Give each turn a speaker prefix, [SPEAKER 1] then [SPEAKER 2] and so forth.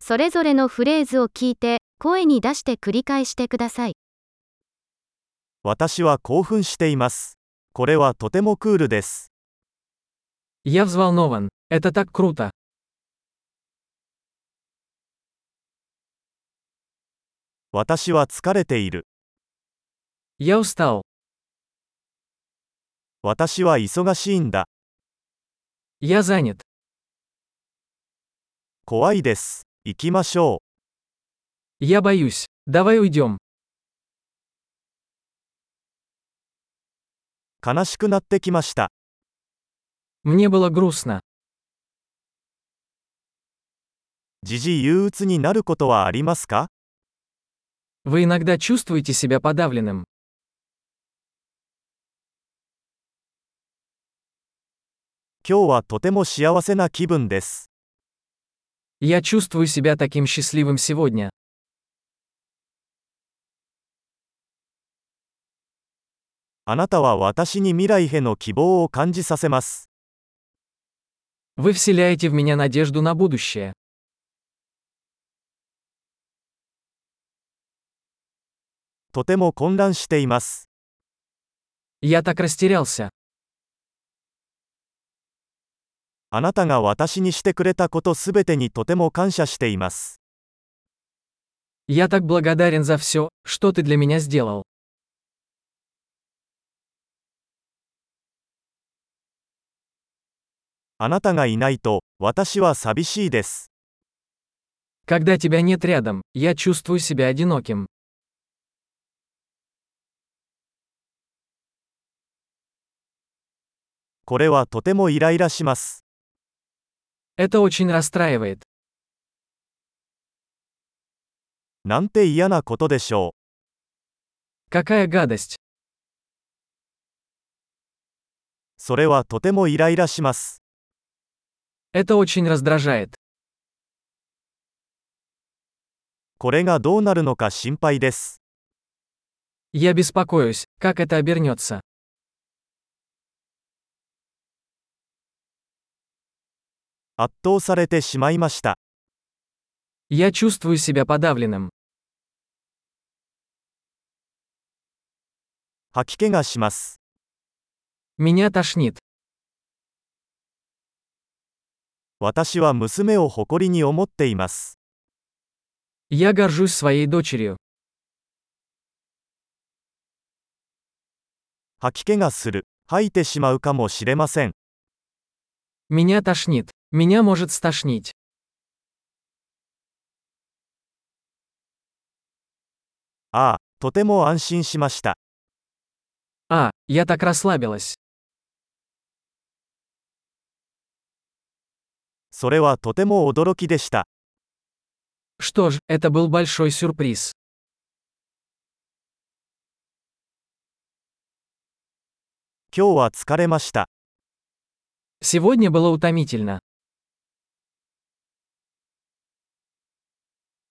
[SPEAKER 1] それぞれのフレーズを聞いて、声に出して繰り返してください。
[SPEAKER 2] 私は興奮しています。これはとてもクールです。
[SPEAKER 3] Я взволнован. Это так круто.
[SPEAKER 2] 私は疲れている。
[SPEAKER 3] Я устал.
[SPEAKER 2] 私は忙しいんだ。
[SPEAKER 3] Я занят.
[SPEAKER 2] 怖いです。行きましょ
[SPEAKER 3] Я боюсь. Давай уйдем.
[SPEAKER 2] う。悲しくなってきました。
[SPEAKER 3] Мне было грустно.
[SPEAKER 2] 時々憂鬱になることはありますか
[SPEAKER 3] Вы иногда чувствуете себя подавленным.
[SPEAKER 2] 今日はとても幸せな気分です。
[SPEAKER 3] Я чувствую себя таким счастливым сегодня.
[SPEAKER 2] あなたは私に未来への希望を感じさせます。
[SPEAKER 3] Вы вселяете в меня надежду на будущее.
[SPEAKER 2] とても混乱しています。
[SPEAKER 3] Я так растерялся.
[SPEAKER 2] あなたが私にしてくれたことすべてにとても感謝しています。
[SPEAKER 3] Я так благодарен за все, что ты для меня сделал.
[SPEAKER 2] あなたがいないと、私は寂しいです。
[SPEAKER 3] Когда тебя нет рядом, я чувствую себя одиноким.
[SPEAKER 2] これはとてもイライラします。
[SPEAKER 3] Это очень расстраивает.
[SPEAKER 2] なんて嫌なことでしょう。
[SPEAKER 3] Какая гадость.
[SPEAKER 2] それはとてもイライラします。
[SPEAKER 3] Это очень раздражает.
[SPEAKER 2] これがどうなるのか心配です。
[SPEAKER 3] Я беспокоюсь, как это обернется.
[SPEAKER 2] 圧倒されてしまいました。
[SPEAKER 3] Я чувствую себя подавленным.
[SPEAKER 2] 吐き気がします。
[SPEAKER 3] Меня тошнит.
[SPEAKER 2] 私は娘を誇りに思っています。
[SPEAKER 3] Я горжусь своей дочерью.
[SPEAKER 2] 吐き気がする。吐いてしまうかもしれません。
[SPEAKER 3] Меня тошнит. Меня может стошнить.
[SPEAKER 2] ああ、とても安心しました。
[SPEAKER 3] А, я так расслабилась.
[SPEAKER 2] それはとても驚きでした。
[SPEAKER 3] Что ж, это был большой сюрприз.
[SPEAKER 2] 今日は疲れました。
[SPEAKER 3] Сегодня было утомительно.